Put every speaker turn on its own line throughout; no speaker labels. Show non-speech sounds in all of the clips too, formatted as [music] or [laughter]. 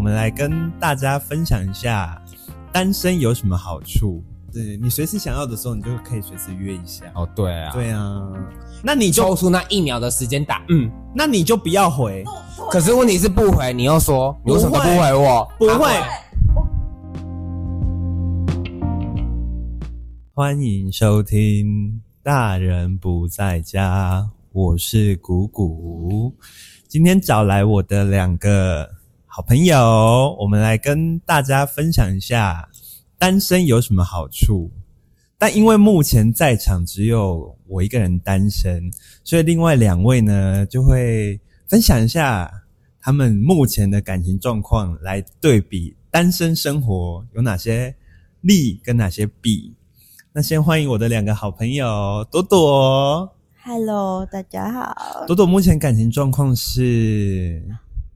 们来跟大家分享一下单身有什么好处。对你随时想要的时候，你就可以随时约一下。
哦，对啊，
对啊，那你
抽
就
出那一秒的时间打，嗯。
那你就不要回，
[laughs] 可是问题是不回，你又说你为什么都不回我？
不
啊
会。欢迎收听《大人不在家》，我是谷谷。今天找来我的两个好朋友，我们来跟大家分享一下单身有什么好处。但因为目前在场只有我一个人单身，所以另外两位呢就会分享一下他们目前的感情状况，来对比单身生活有哪些利跟哪些弊。那先欢迎我的两个好朋友朵朵。
Hello，大家好。
朵朵目前感情状况是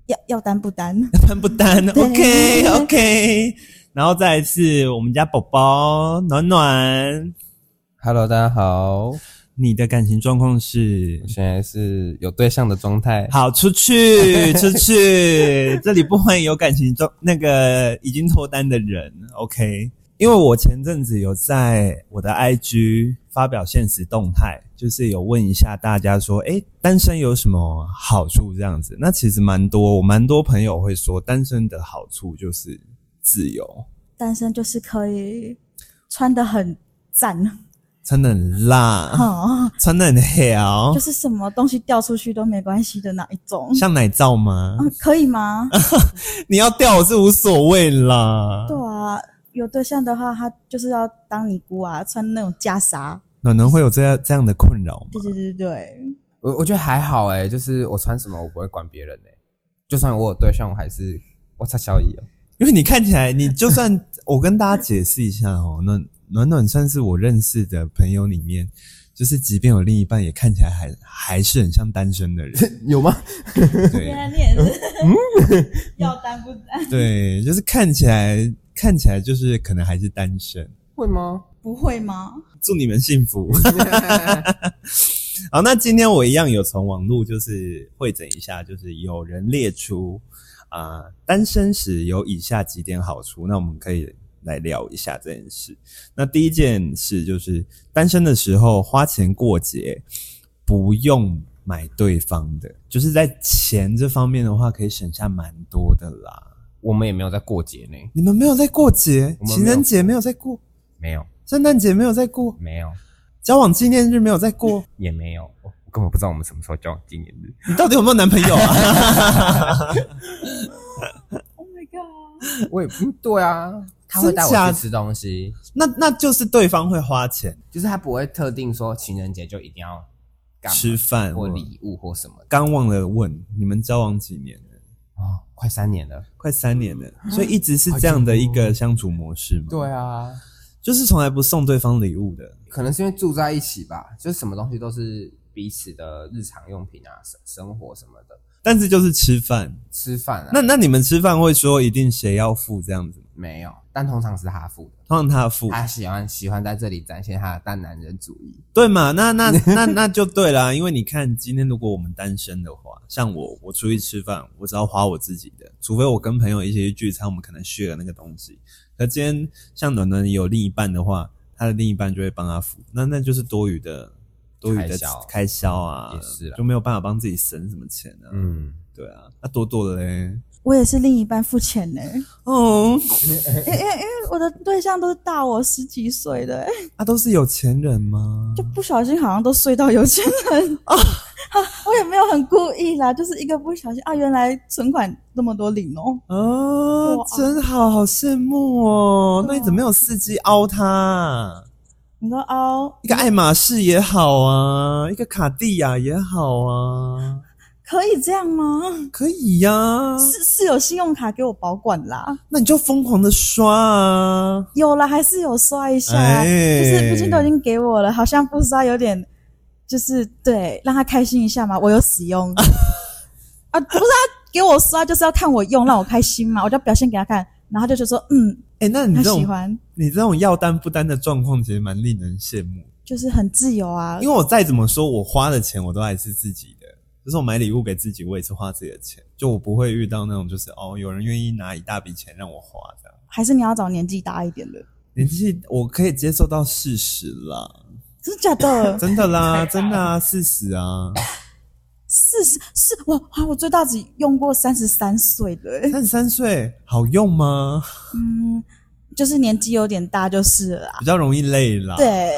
要要单不单？
单不单
对
？OK OK。然后再来是我们家宝宝暖暖，
Hello，大家好，
你的感情状况是
我现在是有对象的状态。
好，出去，出去，这里不欢迎有感情中那个已经脱单的人。OK，因为我前阵子有在我的 IG 发表现实动态，就是有问一下大家说，诶，单身有什么好处？这样子，那其实蛮多，我蛮多朋友会说，单身的好处就是自由，
单身就是可以穿的很赞，
穿的很辣，
哦，
穿的很黑
就是什么东西掉出去都没关系的那一种。
像奶罩吗？
嗯，可以吗？
你要掉我是无所谓啦。
对啊，有对象的话，他就是要当尼姑啊，穿那种袈裟。
暖暖会有这样这样的困扰吗
对？对对对，
我我觉得还好哎、就是我穿什么我不会管别人哎、就算我有对象，我还是我擦小姨哦、
因为你看起来，你就算我跟大家解释一下哦，暖暖暖算是我认识的朋友里面，就是即便有另一半，也看起来还还是很像单身的人。
有吗？
[laughs]
对
你也是要单不单？
对，就是看起来看起来就是可能还是单身。
会吗？
不会吗？
祝你们幸福。好，那今天我一样有从网络就是会诊一下，就是有人列出啊、单身时有以下几点好处，那我们可以来聊一下这件事。那第一件事就是单身的时候花钱过节，不用买对方的，就是在钱这方面的话，可以省下蛮多的啦。
我们也没有在过节呢，
你们没有在过节，
我们没有
情人节没有在过，
没有，
圣诞节没有在过，
没有，
交往纪念日没有在过。
也没有，我我根本不知道我们什么时候交往纪念 [laughs] 日。
[laughs] 你到底有没有男朋友啊？
Oh my god！
我也嗯，对啊，他会带
真假
我去吃东西，
[laughs] 那那就是对方会花钱
就是他不会特定说情人节就一定要干嘛
吃饭
或。礼物或什么的
刚忘了问你们交往几年了？
哦，快三年了。
快三年了，所以一直是这样的一个相处模式吗？
对，啊，
就是从来不送对方礼物的。
可能是因为住在一起吧，就是什么东西都是彼此的日常用品啊，生生活什么的，
但是就是吃饭，
吃饭啊，
那那你们吃饭会说一定谁要付这样子吗？
没有，但通常是他付的。
通常他付，
他喜欢喜欢在这里展现他的大男人主义，
对嘛？那那那那就对啦，因为你看，今天如果我们单身的话，像我，我出去吃饭，我只要花我自己的，除非我跟朋友一起去聚餐，我们可能 share 那个东西。可今天像暖暖有另一半的话，他的另一半就会帮他付，那那就是多余的多余的
开销
开销啊，
也是啦
就没有办法帮自己省什么钱啊。
嗯，
对啊，那多多的嘞，
我也是另一半付钱呢、
哦，
因为因为因为我的对象都是大我十几岁的、欸，
他、啊都是有钱人吗？
就不小心好像都睡到有钱
[laughs]
人啊！ [laughs] 我也没有很故意啦，就是一个不小心啊，原来存款那么多领哦。
哦
哇，
啊
真好，好羡慕哦！那
对啊
你怎么没有司机凹他啊？
你说哦，
一个爱马仕也好啊，一个卡地亚也好啊，
可以这样吗？
可以呀、
是是有信用卡给我保管啦，
那你就疯狂的刷啊！
有啦，还是有刷一下，
哎
就是毕竟都已经给我了，好像不刷有点，就是对，让他开心一下嘛，我有使
[laughs]
用啊，不是他给我刷就是要看我用，让我开心嘛，我就表现给他看，然后他就觉得说嗯，
哎、那你
他
这
喜
种
欢。
你这种要单不单的状况，其实蛮令人羡慕。
就是很自由啊
因为。我再怎么说，我花的钱我都还是自己的，就是我买礼物给自己，我也是花自己的钱，就我不会遇到那种就是哦，有人愿意拿一大笔钱让我花这样。
还是你要找年纪大一点的？
年纪我可以接受到四十啦，
真的假
[laughs]
的？
真的啦，真的啊，四十啊，
四十是我啊，我最大只用过三十三岁的、欸，
三十三岁好用吗？
嗯，就是年纪有点大就是了啦。
比较容易累啦。，
对，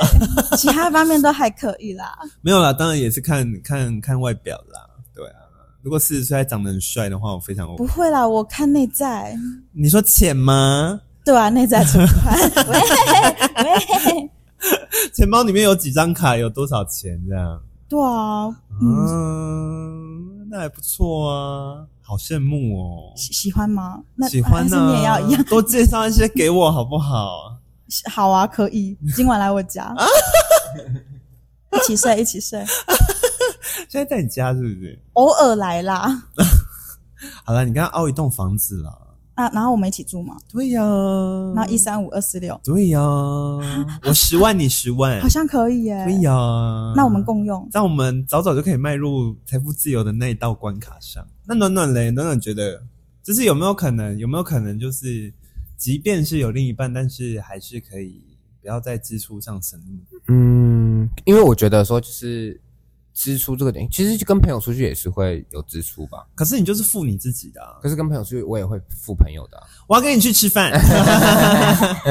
其他方面都还可以
[laughs]
啦。
没有啦，当然也是看看看外表啦。对啊，如果四十岁还长得很帅的话，我非常
不会啦，我看内在，
你说浅吗？ [laughs]
对啊，内在存款。喂喂，
钱包里面有几张卡，有多少钱这样？
对啊，嗯，
嗯，那还不错啊，好羡慕哦。
喜喜欢吗？那
喜欢啊
还是
呢、
你也要一样？
多介绍一些给我好不好？ [laughs]
好啊，可以，今晚来我家，
啊
一起睡，一起睡，
现在在你家是不是？
偶尔来啦。
好了，你刚刚凹一栋房子啦。
啊，然后我们一起住嘛，
对呀、嗯
然后一三五二四六，
对
[laughs]
呀、我十万你十万
好，像可以耶、
对呀、啊
那我们共用，
让我们早早就可以迈入财富自由的那一道关卡上。那暖暖嘞，暖暖觉得，就是有没有可能，有没有可能，就是即便是有另一半，但是还是可以不要在支出上省力？
嗯，因为我觉得说就是支出这个点，其实就跟朋友出去也是会有支出吧。
可是你就是付你自己的、啊，
可是跟朋友出去，我也会付朋友的啊、
我要跟你去吃饭，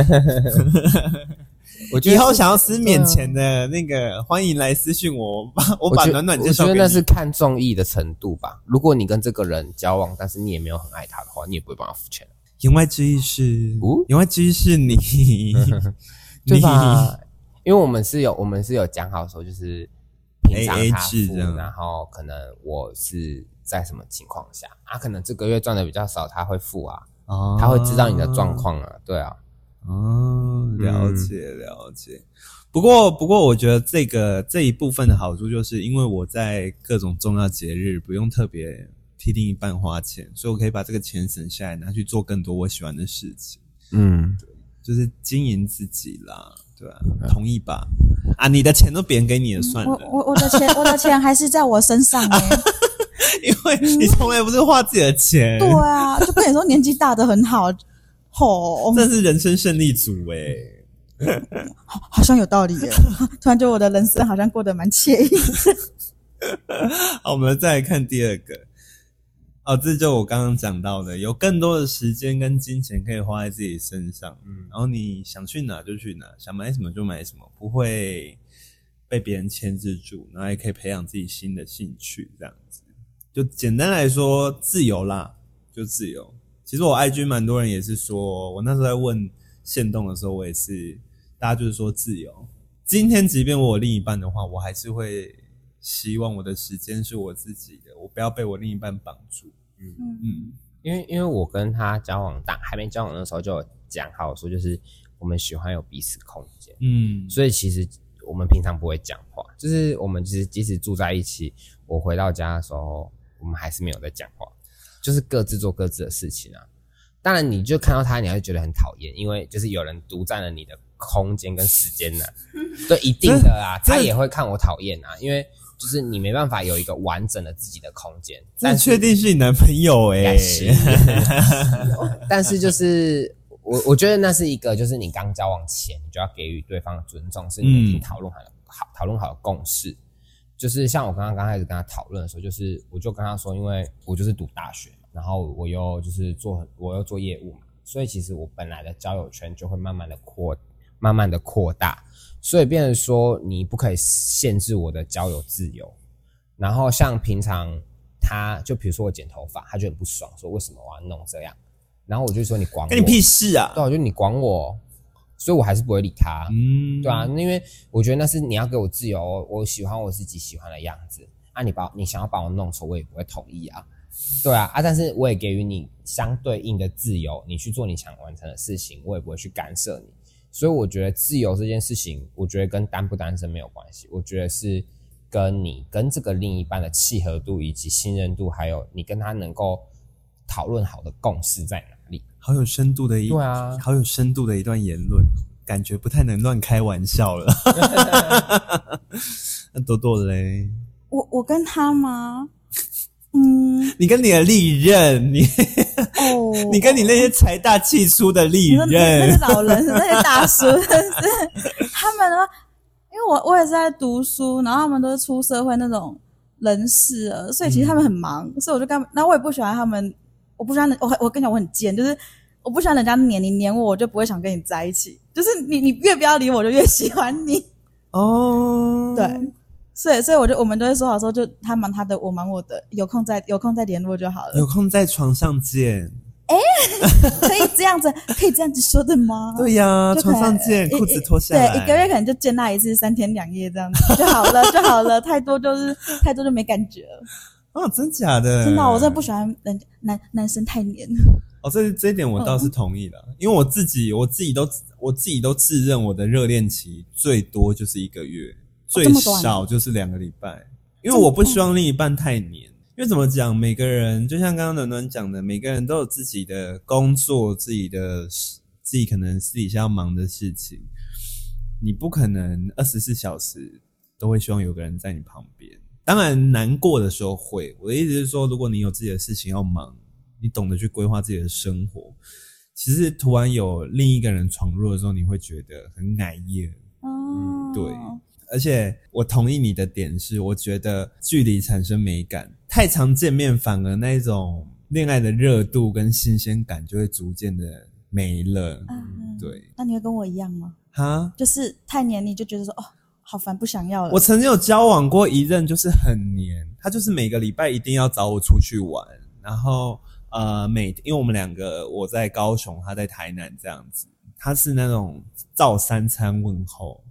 [laughs] 我觉得
以后想要吃免钱的那个，欢迎来私信我， [laughs] 我把我把
觉
暖暖介
我
绍
觉
给
得
你。
那是看中意的程度吧。如果你跟这个人交往，但是你也没有很爱他的话，你也不会帮他付钱，啊
言外之意是
哦，
言外之意是你，
[laughs] 对
[laughs] 你
吧？ [laughs] 因为我们是有我们是有讲好说，就是平常
AA
他
制
付，
这样
然后可能我是在什么情况下，啊，可能这个月赚的比较少，他会付啊，
哦
他会知道你的状况啊，对啊，
哦，了解了解。不过不过，我觉得这个这一部分的好处，就是因为我在各种重要节日不用特别替另一半花钱，所以我可以把这个钱省下来，拿去做更多我喜欢的事情，
嗯，
就是经营自己啦，对吧、同意吧？啊，你的钱都别人给你的算
我
了，
我我的钱，我的钱还是在我身上哎、
因为你从来不是花自己的钱，
对啊，就跟你说年纪大的很好，吼，
这是人生胜利组哎、
好像有道理耶、突然觉得我的人生好像过得蛮惬意。
[laughs] 好，我们再来看第二个。哦，这就我刚刚讲到的，有更多的时间跟金钱可以花在自己身上，嗯，然后你想去哪就去哪，想买什么就买什么，不会被别人牵制住，然后也可以培养自己新的兴趣，这样子。就简单来说，自由啦，就自由。其实我 IG 蛮多人也是说，我那时候在问线动的时候，我也是，大家就是说自由。今天即便我有另一半的话，我还是会希望我的时间是我自己的，我不要被我另一半绑住。嗯，
因为因为我跟他交往大还没交往的时候就有讲好说，就是我们喜欢有彼此空间，
嗯，
所以其实我们平常不会讲话，就是我们其实即使住在一起，我回到家的时候，我们还是没有在讲话，就是各自做各自的事情啊。当然，你就看到他，你还是觉得很讨厌，因为就是有人独占了你的空间跟时间 [laughs] 呢、对，一定的啊，
这
他也会看我讨厌啊，因为就是你没办法有一个完整的自己的空间。
那
但是
确定是你男朋友欸诶、
该是但是就是我我觉得那是一个，就是你刚交往前你就要给予对方的尊重，是你们已经
嗯
讨论好的好讨论好的共识。就是像我刚刚刚开始跟他讨论的时候，就是我就跟他说，因为我就是读大学，然后我又就是做我又做业务嘛，所以其实我本来的交友圈就会慢慢的扩，慢慢的扩大，所以变成说你不可以限制我的交友自由。然后像平常他就比如说我剪头发，他就很不爽，说为什么我要弄这样？然后我就说你管我，
跟你屁事啊！
对，我就你管我，所以我还是不会理他。
嗯，
对啊，，因为我觉得那是你要给我自由哦，我喜欢我自己喜欢的样子。啊，你把你想要把我弄丑，我也不会同意啊。对啊，啊，但是我也给予你相对应的自由，你去做你想完成的事情，我也不会去干涉你。所以我觉得自由这件事情，我觉得跟单不单身没有关系，我觉得是跟你跟这个另一半的契合度以及信任度，还有你跟他能够讨论好的共识在哪里。
好有深度的一，
对啊
好有深度的一段言论，感觉不太能乱开玩笑了。 [laughs] 那朵朵嘞，
我我跟他吗？嗯，
你跟你的利刃，你，
哦
你跟你那些财大气粗的利
你说那那
刃
些，老人，那些大叔，是他们呢？因为我我也是在读书，然后他们都是出社会那种人士了，所以其实他们很忙，所以我就跟他们，然后我也不喜欢他们，我不喜欢人，我很我跟你讲，我很贱，就是我不喜欢人家黏你黏我，我就不会想跟你在一起，就是你你越不要理我，我就越喜欢你，
哦，
对。所以，所以我就我们都会说好说，就他忙他的，我忙我的，有空再有空再联络就好了。
有空在床上见。
可以这样子，可以这样子说的吗？
对呀、
就可
床
能
上见，
一
裤
一
子脱下来。
对，一个月可能就见那一次，三天两夜这样子就好了，就好了。太多就是太多就没感觉了。
哦，真假的？
真的，我真的不喜欢人男男生太黏。
哦，这这一点我倒
嗯
是同意了，因为我自己我自己都我自己都自认我的热恋期最多就是一个月，
哦
最
这么短
少就是两个礼拜，因为我不希望另一半太黏。因为怎么讲，每个人就像刚刚暖暖讲的，每个人都有自己的工作，自己的自己可能私底下要忙的事情，你不可能二十四小时都会希望有个人在你旁边。当然，难过的时候会。我的意思是说，如果你有自己的事情要忙，你懂得去规划自己的生活，其实突然有另一个人闯入的时候，你会觉得很奶耶。
哦，
嗯对而且我同意你的点是，我觉得距离产生美感，太常见面反而那种恋爱的热度跟新鲜感就会逐渐的没了。
嗯，
对，
那你会跟我一样吗？
哈，
嗯就是太黏你就觉得说哦，好烦，不想要了。
我曾经有交往过一任，就是很黏，他就是每个礼拜一定要找我出去玩，然后呃每因为我们两个我在高雄，他在台南这样子，他是那种照三餐问候，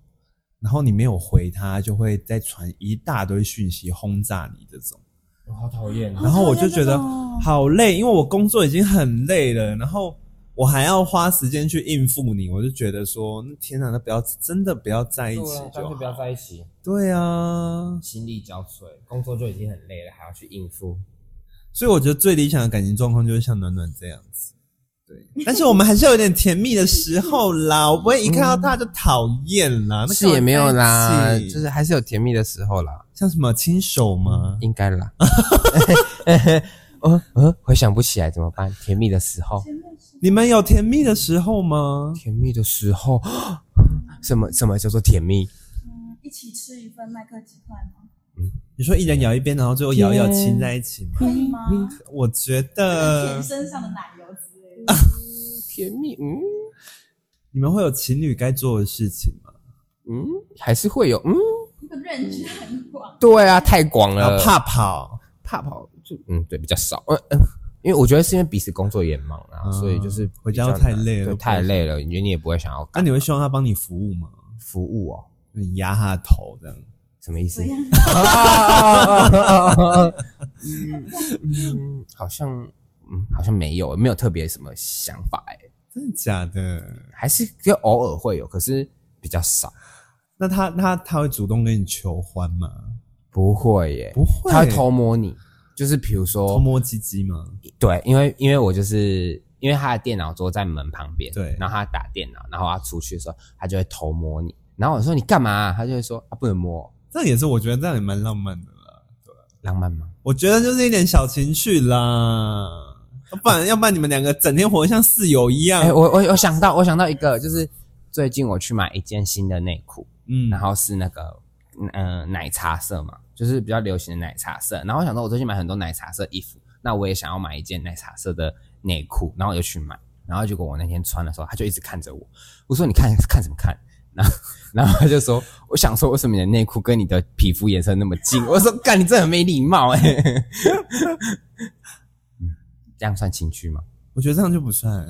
然后你没有回他，就会再传一大堆讯息轰炸你这种。
我好讨厌哦
好
然后我就
讨厌
觉
这
得
种
好累，因为我工作已经很累了，然后我还要花时间去应付你，我就觉得说，天哪，那不要真的不要在一起
啊干
就
脆不要
好。
在一起，
对啊，
心力交瘁，工作就已经很累了，还要去应付。
所以我觉得最理想的感情状况就是像暖暖这样子。对， [laughs] 但是我们还是有点甜蜜的时候啦，我不会一看到他就讨厌啊啦。那干
是
嘛
也没有啦
在，一起
就是还是有甜蜜的时候啦，
像什么亲手吗？
应该啦。嗯嗯，回想不起来怎么办？甜蜜的时候，
你们有甜蜜的时候吗？
甜蜜的时候， [gasps] 什么什么叫做甜蜜？
嗯，一起吃一份麦克鸡块
嗯
吗？
你说一人咬一边，然后最后咬一咬亲在一起吗？
可以吗？
我觉
舔
得
身上的奶油之类的。
甜蜜，嗯
你们会有情侣该做的事情吗？
嗯，还是会有，嗯，
这个认知很广。
对啊，太广
然
了，
后怕跑，
怕跑就嗯，对，比较少，嗯嗯，因为我觉得是因为彼此工作也忙啊，
嗯
所以就是
回家都
比较
太
难
累了
对
不
太
会
累了，你觉得你也不会想要
那、你会希望他帮你服务吗？
服务哦，
你压他的头这样，
什么意思
怎？样？
嗯，好像嗯，好像没有，没有特别什么想法哎，
真的假的？
还是就偶尔会有，可是比较少。
那他他他会主动跟你求欢吗？
不会耶，
不会
他会偷摸你，就是比如
偷
说，
摸鸡鸡吗？
对，因为因为我就是因为他的电脑桌在门旁边，
对
然后他打电脑，然后他出去的时候，他就会偷摸你，然后我说你干嘛、他就会说啊不能摸，
这也是我觉得这样也蛮浪漫的啦。
浪漫吗？
我觉得就是一点小情趣啦，要不然要不然你们两个整天活得像室友一样。
哦哎、我我我想到我想到一个，就是最近我去买一件新的内裤，
嗯
然后是那个嗯、呃、奶茶色嘛，就是比较流行的奶茶色。然后我想说，我最近买很多奶茶色衣服，那我也想要买一件奶茶色的内裤，然后我就去买。然后结果我那天穿的时候，他就一直看着我，我说你看看什么看？ [laughs] 然后然后他就说，我想说为什么你的内裤跟你的皮肤颜色那么近？ [laughs] 我说干，你真的很没礼貌哎、欸。 [laughs] 嗯这样算情趣吗？
我觉得这样就不算，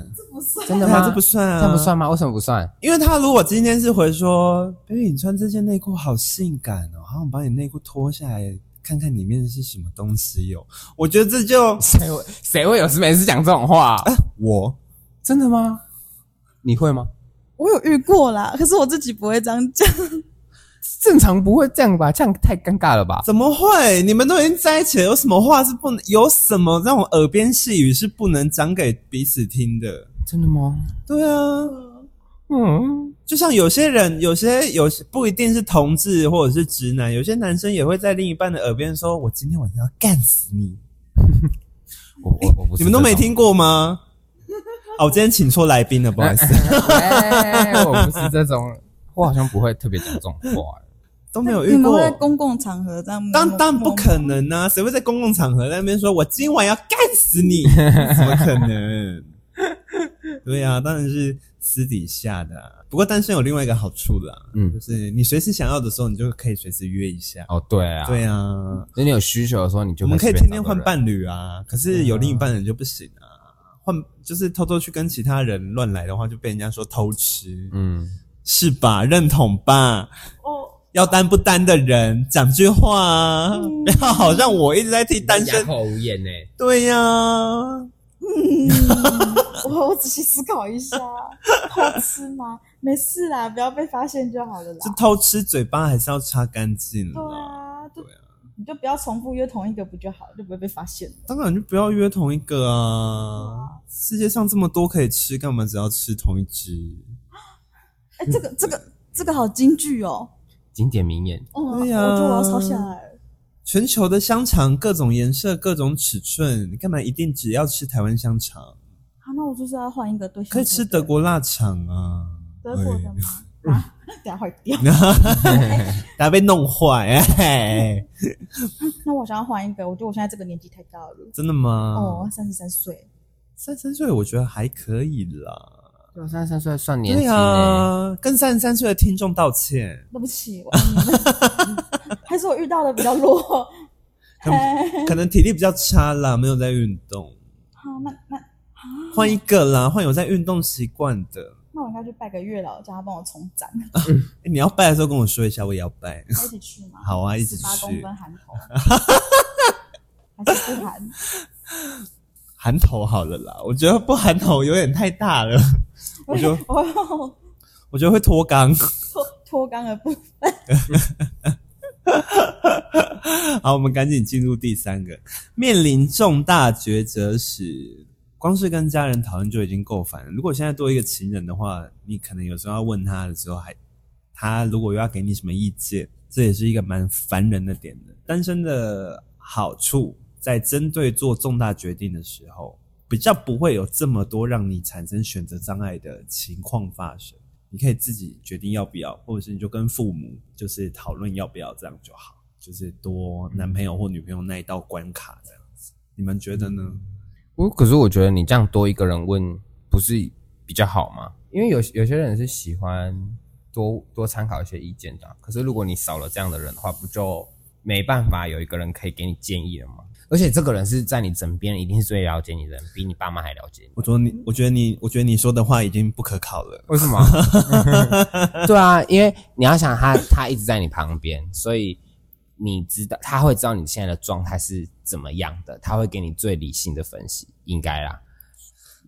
真的
对啊
吗？
这不算啊，
这样不算吗？为什么不算？
因为他如果今天是回说，baby，你穿哎这件内裤好性感哦，好想把你内裤脱下来看看里面是什么东西哦。我觉得这就
谁会谁会有事没事讲这种话、啊
我
真的吗？你会吗？
[laughs] 我有遇过啦，可是我自己不会这样讲。
正常不会这样吧？这样太尴尬了吧？
怎么会？你们都已经在一起了，有什么话是不能，有什么那种耳边细语是不能讲给彼此听的？
真的吗？
对啊，
嗯，
就像有些人，有些有些不一定是同志或者是直男，有些男生也会在另一半的耳边说：“我今天晚上要干死你。”
我我我不是
你们都
这
没
种
听过吗？哦，我今天请错来宾了，不好意
哎
思，
哎，我不是这种， [laughs] 我好像不会特别讲这种话。
都没有
你
遇
们会
过
在。公共场合这样？
当当然不可。能啊！谁会在公共场合在那边说“我今晚要干死
[laughs]
你”？怎么可能？对啊，当然是私底下的啊、不过单身有另外一个好处啦，
嗯
就是你随时想要的时候，你就可以随时约一下。
哦，对啊，
对啊，
就你有需求的时候，你就
我们可以
随
天
便
天
找
换
个人，
伴侣啊，可是有另一半的人就不行啊。换
嗯
就是偷偷去跟其他人乱来的话，就被人家说偷吃，
嗯，
是吧？认同吧？
哦，
要单不单的人讲句话啊，不要好像我一直在替单身
哑。口无言呢。
对呀、
嗯我 [laughs] 我仔细思考一 [laughs] 下，偷吃吗？没事啦，不要被发现就好了啦
就。偷吃嘴巴还是要擦干净
对
啦。
啊，就
对啊
你就不要重复约同一个不就好了，就不会被发现了。
当然就不要约同一个啊！世界上这么多可以吃，干嘛只要吃同一只？
[laughs] 哎，这个这个这个好京剧哦，
经典名言，
嗯，我
对
觉
呀
得我要抄下来。
全球的香肠各种颜色、各种尺寸，你干嘛一定只要吃台湾香肠？
好，那我就是要换一个对象。
可以吃德国腊肠啊！
德国的
哎
吗？啊， [laughs] 等下坏掉。
大家被弄坏、哎，
那我想要换一个，我觉得我现在这个年纪太高了。
真的吗？
哦，三十三岁，
三十三岁我觉得还可以啦。
对，啊三十三岁算年
对
轻欸呢。
啊，跟三十三岁的听众道歉，
对不起，我爱你们还是我遇到的比较弱。
可能可能体力比较差啦，没有在运动，
好，那那
换一个啦，换有在运动习惯的。
那我应该去拜个月老，叫他帮我重展，
欸你要拜的时候跟我说一下，我也要拜。
要一起去吗？
好啊一起去
八公分含头，还是不含？
含头好了啦，我觉得不含头有点太大了，我就
我要
我觉得会脱肛。
脱脱肛而不
[laughs] 好，我们赶紧进入第三个，面临重大抉择时，光是跟家人讨论就已经够烦了。如果现在多一个情人的话，你可能有时候要问他的时候还，他如果又要给你什么意见，这也是一个蛮烦人的点的。单身的好处，在针对做重大决定的时候，比较不会有这么多让你产生选择障碍的情况发生。你可以自己决定要不要，或者是你就跟父母就是讨论要不要，这样就好。就是
嗯
多男朋友或女朋友那一道关卡这样子，你们觉得呢？
嗯我可是我觉得你这样多一个人问，不是比较好吗？因为有有些人是喜欢多多参考一些意见的啊、可是如果你少了这样的人的话，不就没办法有一个人可以给你建议了吗？而且这个人是在你枕边，一定是最了解你的人，比你爸妈还了解你。
我觉得你，我觉得你，我觉得你说的话已经不可考了。
[laughs] 为什么？ [laughs] 对啊，因为你要想他，他一直在你旁边，所以你知道他会知道你现在的状态是怎么样的，他会给你最理性的分析，应该啦。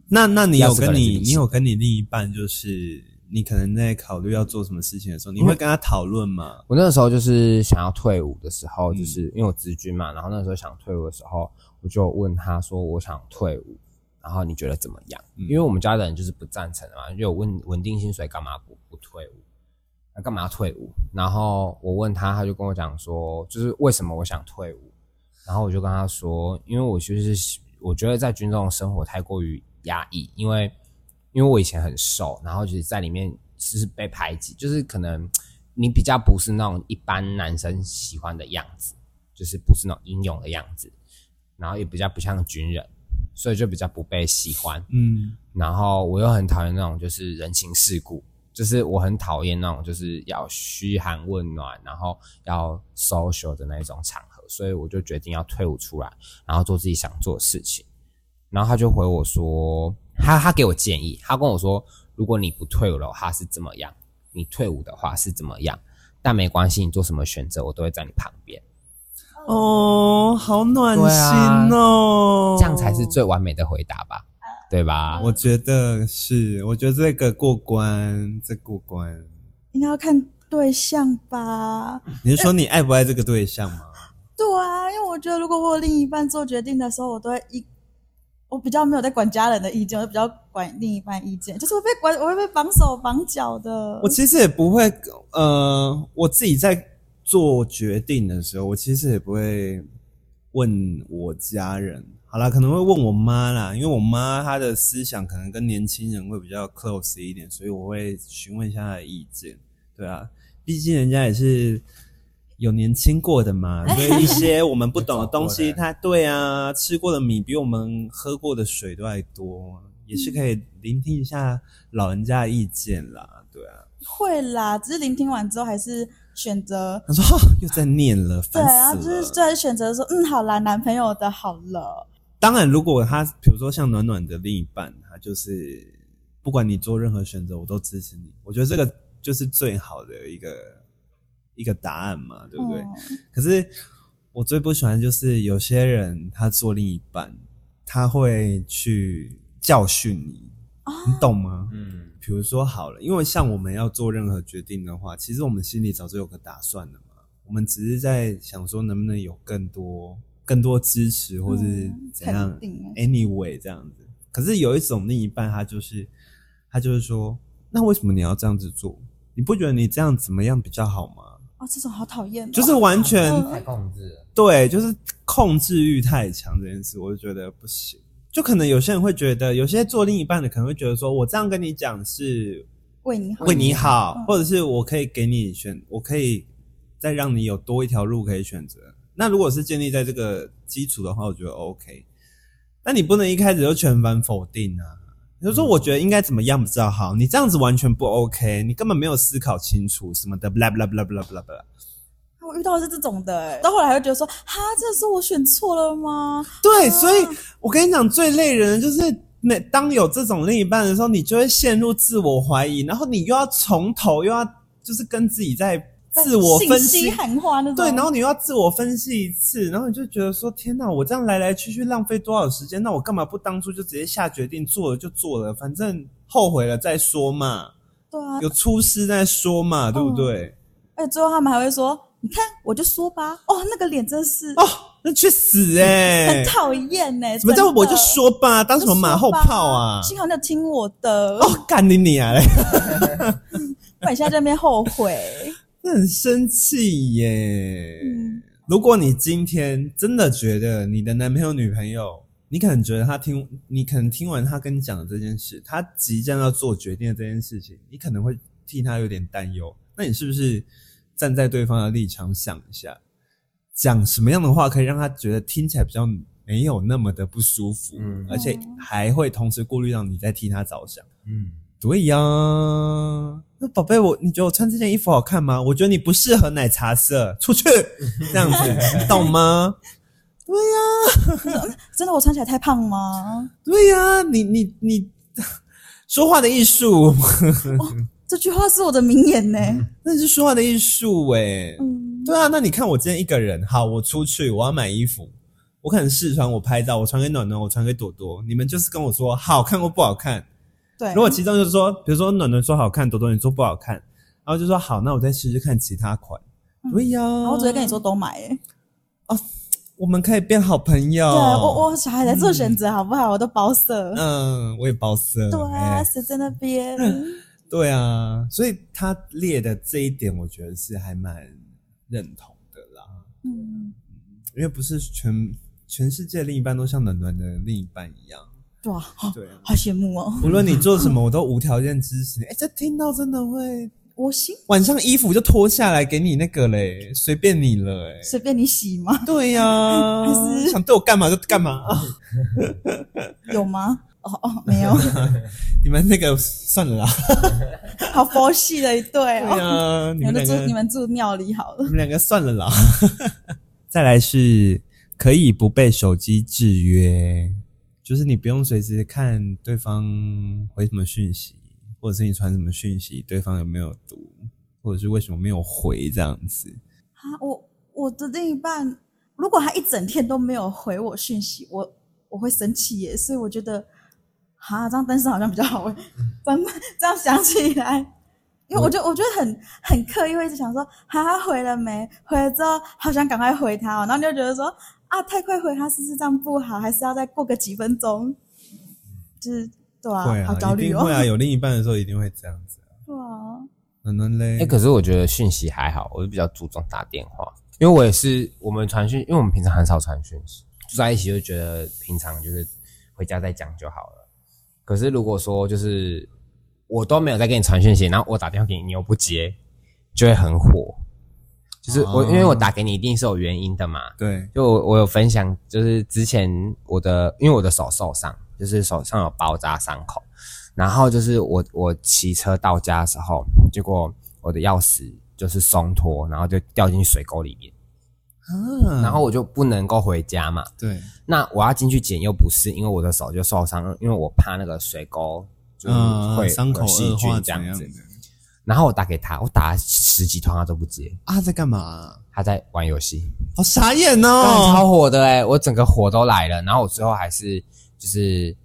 那那你有
要是
跟
个人
你，
自己
你有跟你另一半，就是你可能在考虑要做什么事情的时候，你
嗯
会跟他讨论吗？
我那个时候就是想要退伍的时候，就是因为我资军嘛，然后那时候想退伍的时候，我就问他说我想退伍，然后你觉得怎么样？
嗯
因为我们家的人就是不赞成的嘛，就我问稳定薪水干嘛不不退伍？那干嘛要退伍？然后我问他，他就跟我讲说，就是为什么我想退伍？然后我就跟他说，因为我就是我觉得在军中的生活太过于压抑，因为因为我以前很瘦，然后就是在里面就是被排挤，就是可能你比较不是那种一般男生喜欢的样子，就是不是那种英勇的样子，然后也比较不像军人，所以就比较不被喜欢。
嗯，
然后我又很讨厌那种就是人情世故，就是我很讨厌那种就是要嘘寒问暖，然后要 social 的那一种场合，所以我就决定要退伍出来，然后做自己想做的事情。然后他就回我说，他他给我建议，他跟我说，如果你不退伍的话是怎么样，你退伍的话是怎么样，但没关系，你做什么选择我都会在你旁边，
哦，好暖
对啊
心哦，
这样才是最完美的回答吧，对吧？
我觉得是，我觉得这个过关，这过关。
应该要看对象吧？
你是说你爱不爱这个对象吗？
对啊，因为我觉得如果我有另一半做决定的时候，我都会一，我比较没有在管家人的意见，我比较管另一半意见，就是我被管，我会被绑手绑脚的。
我其实也不会，呃，我自己在做决定的时候，我其实也不会问我家人，好啦，可能会问我妈啦，因为我妈她的思想可能跟年轻人会比较 close 一点，所以我会询问一下她的意见。对啊，毕竟人家也是有年轻过的嘛，所以一些我们不懂的东
有
西，
走过
她对啊，吃过的米比我们喝过的水都还多，也是可以聆听一下老人家的意见啦。对啊，
会啦，只是聆听完之后还是选择。
她说哦又在念了，
对，
烦
然后
死了。
就是最后选择说，嗯，好啦，男朋友的好了，
当然，如果他比如说像暖暖的另一半，他就是不管你做任何选择，我都支持你。我觉得这个就是最好的一个一个答案嘛，对不对？
嗯
可是我最不喜欢就是有些人他做另一半，他会去教训你，
哦
你懂吗？
嗯，
比如说好了，因为像我们要做任何决定的话，其实我们心里早就有个打算了嘛。我们只是在想说，能不能有更多、更多支持，或是怎样、
嗯肯定
a n y w a y 这样子。可是有一种另一半，他就是他就是说，那为什么你要这样子做？你不觉得你这样怎么样比较好吗？
哦，这种好讨厌哦、
就是完全
嗯
太控制了，
对，就是控制欲太强这件事，我就觉得不行。就可能有些人会觉得，有些做另一半的可能会觉得说，我这样跟你讲是
为你好，
为你好，
嗯
或者是我可以给你选，我可以再让你有多一条路可以选择。那如果是建立在这个基础的话，我觉得 OK。那你不能一开始就全盘否定啊！你
嗯
就说我觉得应该怎么样比较好，你这样子完全不 OK，你根本没有思考清楚什么的，blah blah blah blah blah blah。
我遇到的是这种的、欸，到后来还会觉得说，哈，这是我选错了吗？
对，所以我跟你讲，最累人的就是每当有这种另一半的时候，你就会陷入自我怀疑，然后你又要从头又要就是跟自己在自我分
信
析
息喊话那种，
对，然后你又要自我分析一次，然后你就觉得说：天哪，我这样来来去去浪费多少时间？那我干嘛不当初就直接下决定，做了就做了，反正后悔了再说嘛，
对啊，
有出师再说嘛，对
哦
不对？
而且最后他们还会说，你看，我就说吧，哦，那个脸真是
哦，那去死哎、
很讨厌呢、欸，
什么叫
真的
我就说吧，当什么马后炮啊
我就说吧？幸好你有听我的，
哦，干你你啊嘞！ [laughs]
不然你现在在那边后悔。
那很生气耶。
嗯
如果你今天真的觉得你的男朋友、女朋友，你可能觉得他听，你可能听完他跟你讲的这件事，他即将要做决定的这件事情，你可能会替他有点担忧。那你是不是站在对方的立场想一下，讲什么样的话可以让他觉得听起来比较没有那么的不舒服，
嗯
而且还会同时顾虑到你在替他着想？
嗯，
对呀、那宝贝，我你觉得我穿这件衣服好看吗？我觉得你不适合奶茶色，出
[laughs]
去这样子，你懂吗？
真的，我穿起来太胖吗？
对呀、你你你 [laughs] 说话的艺术， [laughs]
这句话是我的名言呢、
那是说话的艺术哎、
嗯，
对啊，那你看我今天一个人，好，我出去，我要买衣服，我可能试穿，我拍照，我传给暖暖，我传给朵朵，你们就是跟我说好看或不好看。
对。
如果其中就是说，比如说暖暖说好看，朵朵你说不好看，然后就说好，那我再试试看其他款。对呀、
嗯然后我只会跟你说都买、欸，
我们可以变好朋友。
对啊我我小孩在做选择好不好？我都包色，
哦嗯，我也包色。
对啊，
哎
谁在那边？
对啊，所以他列的这一点，我觉得是还蛮认同的啦，
嗯，
因为不是全全世界另一半都像暖暖的另一半一样。
哇，好
对啊，
好羡慕哦！
无论你做什么，我都无条件支持你。哎、这听到真的会
我行，
晚上衣服就脱下来给你那个嘞，随便你了哎、
随便你洗吗？
对呀、
[laughs] 还是
想对我干嘛就干
[laughs]
嘛。哦哎
有吗？哦哦，
[laughs]
没有，
你们那个算了啦。
好佛系的一对
对
哦。
啊，你
你
们
们
两
住
个
你们住庙里好了
你，们两个算了啦。 [laughs] 再来是可以不被手机制约，就是你不用随时看对方回什么讯息，或者是你传什么讯息，对方有没有读，或者是为什么没有回这样子。
啊，我我的另一半，如果他一整天都没有回我讯息，我我会生气耶。所以我觉得，哈，这样单身好像比较好
嗯
耶。咱们 [laughs] 这样想起来，因为我就我就很很刻意会一直想说，哈，他回了没？回了之后，好想赶快回他、哦。然后你就觉得说，啊，太快回他是不是这样不好？还是要再过个几分钟？就是对啊，
会
好焦
啊，一
虑
定
哦。
会啊，有另一半的时候一定会这样子啊。
[laughs] 对啊，
暖暖嘞
哎，，可是我觉得讯息还好，我就比较注重打电话，因为我也是我们传讯，因为我们平常很少传讯息，住在一起就觉得平常就是回家再讲就好了。可是如果说就是我都没有在给你传讯息，然后我打电话给你，你又不接，就会很火。就是我、
哦
因为我打给你一定是有原因的嘛，
对，
就我我有分享，就是之前我的，因为我的手受伤，就是手上有包扎伤口，然后就是我我骑车到家的时候，结果我的钥匙就是松脱，然后就掉进水沟里面，
嗯
啊然后我就不能够回家嘛。
对，
那我要进去捡又不是，因为我的手就受伤，因为我怕那个水沟就是会
嗯，伤口
有细
恶化
菌
怎
这
样
样
的
子。？然后我打给他，我打了十几通他都不接，
啊，在干嘛？
他在玩游戏。
好傻眼
哦，
哦！
超火的哎、我整个火都来了，然后我最后还是就是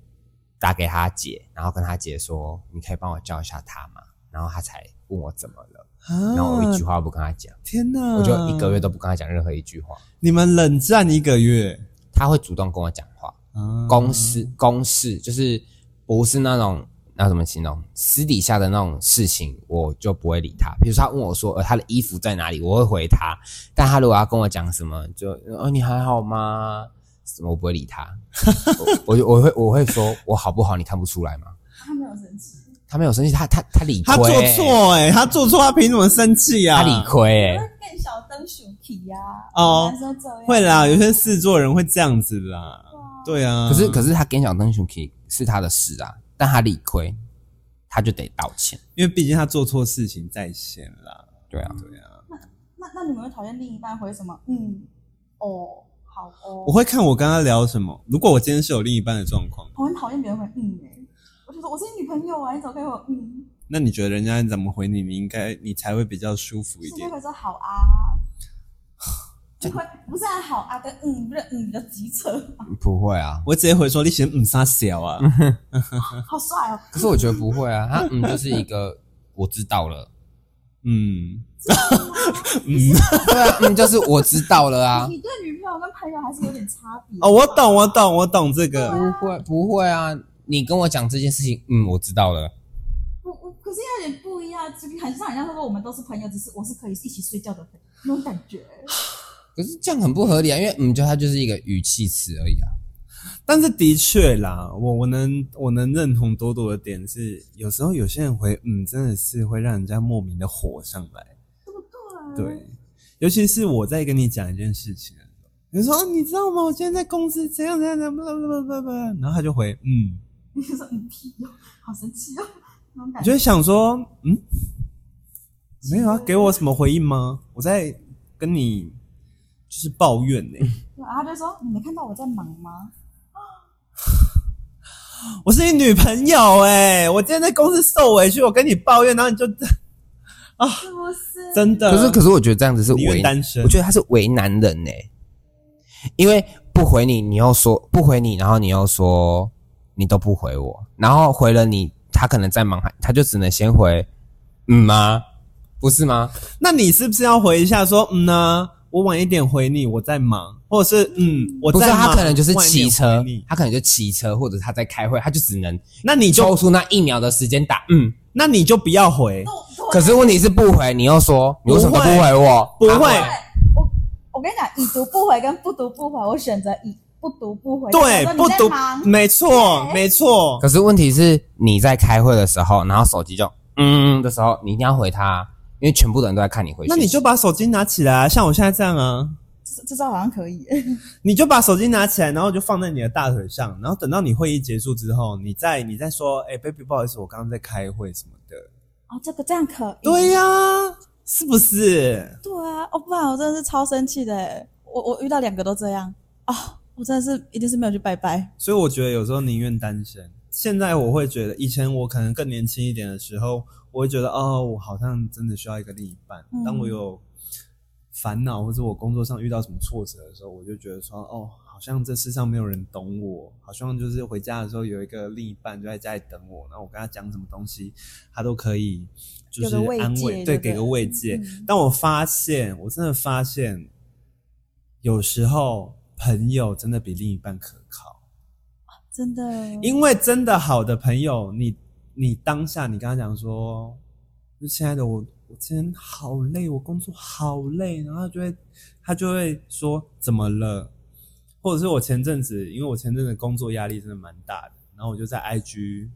打给他姐，然后跟他姐说，你可以帮我叫一下他吗？然后他才问我怎么了，然后我一句
啊
话都不跟他讲，
天哪，
我就一个月都不跟他讲任何一句话。
你们冷战一个月，
他会主动跟我讲话，
啊
公事公事就是不是那种那怎么形容私底下的那种事情，我就不会理他。比如说他问我说，呃，他的衣服在哪里，我会回他。但他如果要跟我讲什么，就呃你还好吗？什么我不会理
[laughs]
他，我我就我会我会说我好不好，你看不出来吗？
他没有生气，
他没有生气，他他他理亏、
他做错哎，他做错，他凭什么生气啊？
他理亏、欸，
变小灯熊皮呀，
哦
男生这样
会啦，有些事做人会这样子啦。对啊，
可是可是他跟小灯熊 k 是他的事啊，但他理亏，他就得道歉。
因为毕竟他做错事情在先啦。
对啊，
对啊，
那那你们会讨厌另一半回什么？嗯，哦，好哦，
我会看我跟他聊什么。如果我今天是有另一半的状况，
我很讨厌别人回嗯哎、我就说我是你女朋友啊，你怎么可以回我嗯？
那你觉得人家怎么回你，你应该你才会比较舒服一
[laughs]
是
点
就。会说好啊，
[laughs]
就会不是啊好啊跟嗯不是嗯比较机车，
不会啊，
我直接回说你嫌嗯啥小啊？
[laughs] 好帅
[laughs]
哦，
可是我觉得不会啊，他嗯就是一个我知道了，
嗯，
对啊，嗯就是我知道了啊，
你对女朋友跟朋友还是有点差别
哦，我懂，我懂，我懂这个。
不会不会啊，你跟我讲这件事情，嗯我知道了，
我我可是有点不一样，就是很像人家说我们都是朋友，只是我是可以一起睡觉的朋友那种感
[laughs]
觉。
可是这样很不合理啊，因为嗯就它就是一个语气词而已啊，
但是的确啦，我我能我能认同多多的点是，有时候有些人回嗯，真的是会让人家莫名的火上来。对，尤其是我在跟你讲一件事情的时候，你说、哦、你知道吗？我今天在公司怎样怎样怎样，不不不不不，然后他就回嗯，
你就说嗯屁哦，好神奇哦，那种
我
感
就
觉。
会想说嗯，没有啊，给我什么回应吗？我在跟你就是抱怨呢、 [laughs]
然后他就说你没看到我在忙吗？
我是你女朋友哎、我今天在公司受委屈，我跟你抱怨，然后你就 [laughs]
是不是？
真的
可是可是我觉得这样子是
宁愿
为
呃单身
我觉得他是为难人呢、因为不回你，你又说不回你，然后你又说你都不回我，然后回了你，他可能在忙，他就只能先回嗯吗？不是吗？
那你是不是要回一下说嗯呢、我晚一点回你，我在忙，或者是嗯，我
不是，啊
在忙
他可能就是骑
晚一点
车
回你，
他可能就骑车，或者他在开会，他就只能
那你就
抽出那一秒的时间打嗯。
那你就不要回，
我我
可是问题是不回，你又说你为什么都不回我？
不
啊
会，
我我跟你讲，已读不回跟不读不回，我选择已不读不回。
对
我，
不嗯
说你在
读
忙，
没错，
对
没错
可，是问题是你在开会的时候，然后手机就嗯嗯的时候，你一定要回他，啊因为全部的人都在看你回。
那你就把手机拿起来啊，像我现在这样啊，
这这招好像可以。
你就把手机拿起来，然后就放在你的大腿上，然后等到你会议结束之后，你再你再说，哎、b a b y 不好意思，我刚刚在开会什么的。
哦，这个这样可以。
对呀、是不是？
对啊，哦，不然我真的是超生气的欸。我我遇到两个都这样啊、我真的是一定是没有去拜拜。
所以我觉得有时候宁愿单身。现在我会觉得，以前我可能更年轻一点的时候，我会觉得哦，我好像真的需要一个另一半。
嗯
当我有烦恼或者我工作上遇到什么挫折的时候，我就觉得说哦，好像这世上没有人懂我，好像就是回家的时候有一个另一半就在家里等我，然后我跟他讲什么东西，他都可以就是
有个慰藉
安慰，对，
对不对
给个慰藉。
嗯
但我发现，我真的发现，有时候朋友真的比另一半可靠。
真的，
因为真的好的朋友，你你当下你跟他讲说，就亲爱的，我我今天好累，我工作好累，然后他就会他就会说怎么了，或者是我前阵子，因为我前阵子工作压力真的蛮大的，然后我就在 IG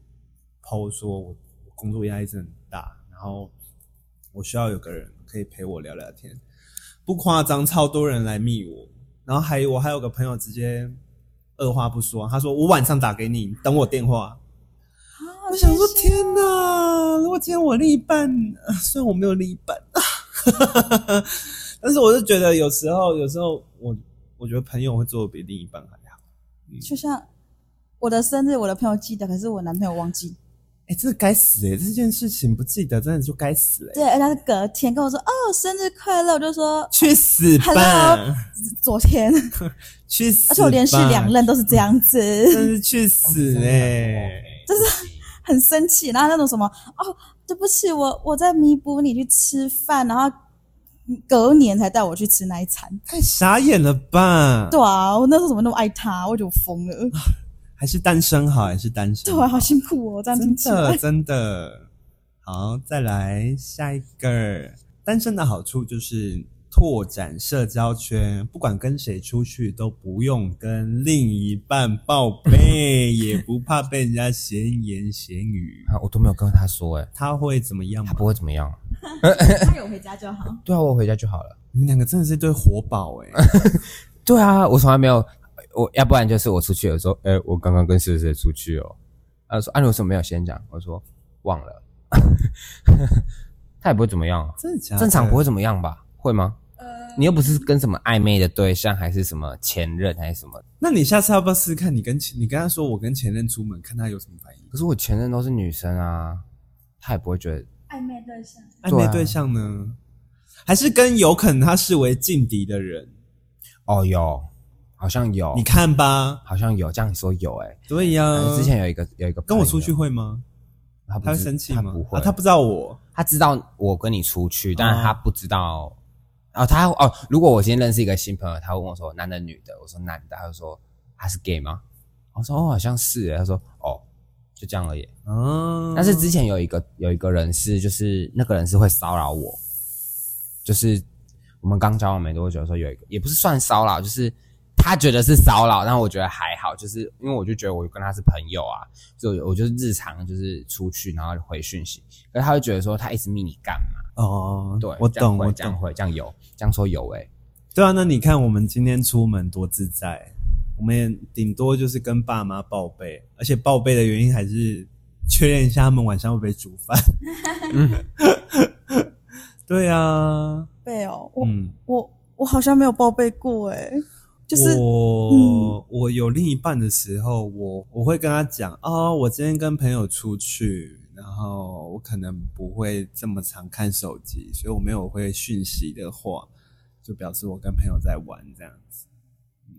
抛说我我工作压力真的很大，然后我需要有个人可以陪我聊聊天，不夸张，超多人来密我，然后还有我还有个朋友直接二话不说，他说我晚上打给你，等我电话。
啊
我想说，天哪！如果今天我另一半，呃虽然我没有另一半， [laughs] 但是我是觉得有时候，有时候我我觉得朋友会做的比另一半还好。嗯
就像我的生日，我的朋友记得，可是我男朋友忘记。
哎、这该死哎、这件事情不记得真的就该死哎、
对，而且他是隔天跟我说：“哦，生日快乐！”我就说
去死吧
Hello！昨天，
去死吧！
而且我连续两任哦都是这样子， [laughs]
真是去死哎、
就是
很生气。然后那种什么哦，对不起，我我在弥补你去吃饭，然后隔年才带我去吃那一
[laughs]
餐。
太傻眼了吧？
对啊，我那时候怎么那么爱他，我就疯
[laughs]
了。
还是单身好，还是单身
对
好？
啊，好辛苦哦，这样听
真
起来
的。真的。好，再来下一个。单身的好处就是拓展社交圈，不管跟谁出去都不用跟另一半报备，也不怕被人家闲言闲语。
啊，我都没有跟他说、欸，哎，
他会怎么样
他
吗？
不会怎么样。
[laughs] 他有回家就好。
对啊，我回家就好了。
你们两个真的是一对活宝哎、
对啊，我从来没有，我要不然就是我出去有时候，哎、我刚刚跟谁谁出去哦，他就说啊，你为什么没有先讲？我说忘了， [laughs] 他也不会怎么样啊，
真的假的？
正常不会怎么样
啊
吧？会吗？
呃，
你又不是跟什么暧昧的对象，还是什么前任，还是什么？
那你下次要不要试试看？你跟前你跟他说我跟前任出门，看他有什么反应？
可是我前任都是女生啊，他也不会觉得。
暧昧对象，
暧昧
对啊
对象呢？还是跟有可能他视为劲敌的人？
哦，有，好像有，
你看吧，
好像有，这样你说有哎、
对呀、
欸之前有一个有一个
啊跟我
朋
出
友
去，会吗？
他不
他会
知
生气吗？
他不会，
啊他不知道我
他知道我跟你出去，但
哦
是他不知道。然后他哦，如果我今天认识一个新朋友，他会问我说男的女的，我说男的，他就说他是 gay 吗？我说哦，好像是耶。他说哦，就这样而已。
啊。
但是之前有一个有一个人是，就是那个人是会骚扰我，就是我们刚交往没多久的时候，有一个也不是算骚扰，就是他觉得是骚扰，但我觉得还好，就是因为我就觉得我跟他是朋友啊，所以我就是日常就是出去然后回讯息，可是他会觉得说他一直密你干嘛？
哦，
对，
我
这样
懂，
会
我
这样
懂。
会这样有这样说有哎、
对啊，那你看我们今天出门多自在，我们也顶多就是跟爸妈报备，而且报备的原因还是确认一下他们晚上会不会煮饭。 [laughs] 嗯对啊，
对哦，我、
嗯，
我我好像没有报备过哎、就是
我、
嗯
我有另一半的时候，我我会跟他讲哦，我今天跟朋友出去，然后我可能不会这么常看手机，所以我没有会讯息的话，就表示我跟朋友在玩这样子。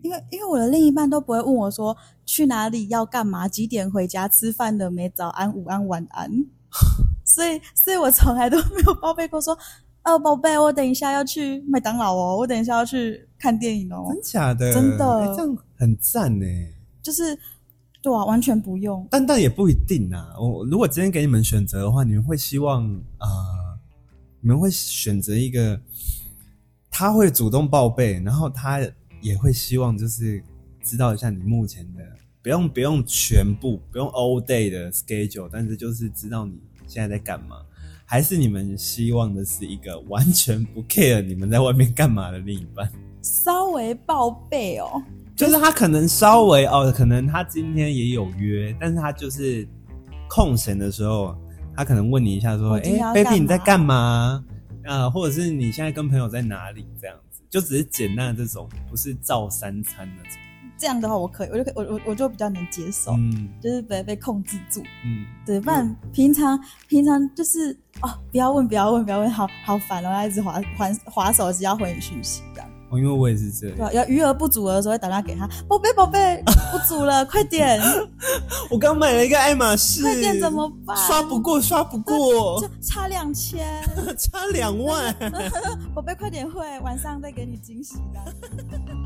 因为因为我的另一半都不会问我说去哪里要干嘛，几点回家，吃饭了没，早安、午安、晚
[laughs]
安，所以所以我从来都没有报备过说，哦宝贝，我等一下要去麦当劳哦，我等一下要去看电影哦，
真假的？
真的
诶这样很赞呢。
就是对啊，完全不用。
但但也不一定啊。我如果今天给你们选择的话，你们会希望呃，你们会选择一个他会主动报备，然后他也会希望就是知道一下你目前的，不用不用全部，不用 all day 的 schedule，但是就是知道你现在在干嘛。还是你们希望的是一个完全不 care 你们在外面干嘛的另一半？
稍微报备哦，
就是他可能稍微哦，可能他今天也有约，但是他就是空闲的时候，他可能问你一下说：“
我
哎、
今天要
b a b
干嘛
y 你在干嘛？”啊、或者是你现在跟朋友在哪里？这样子，就只是简单的这种，不是照三餐那种。
这样的话我可以，我就可以，我我我就比较能接受，
嗯
就是不会被控制住。
嗯，
对，不然平常平常就是哦，不要问，不要问，不要问，好好烦哦，要一直划划划手机，要回你讯息这样，
哦，因为我也是这
对
样。
吧？要余额不足的时候会打电话给他，宝贝宝贝，
[laughs]
不足了，快点，
我刚买了一个爱马仕，
快点怎么办？
刷不过，刷不过
就，差两千，
[laughs] 差两万。
[laughs] 宝贝快点汇，晚上再给你惊喜的。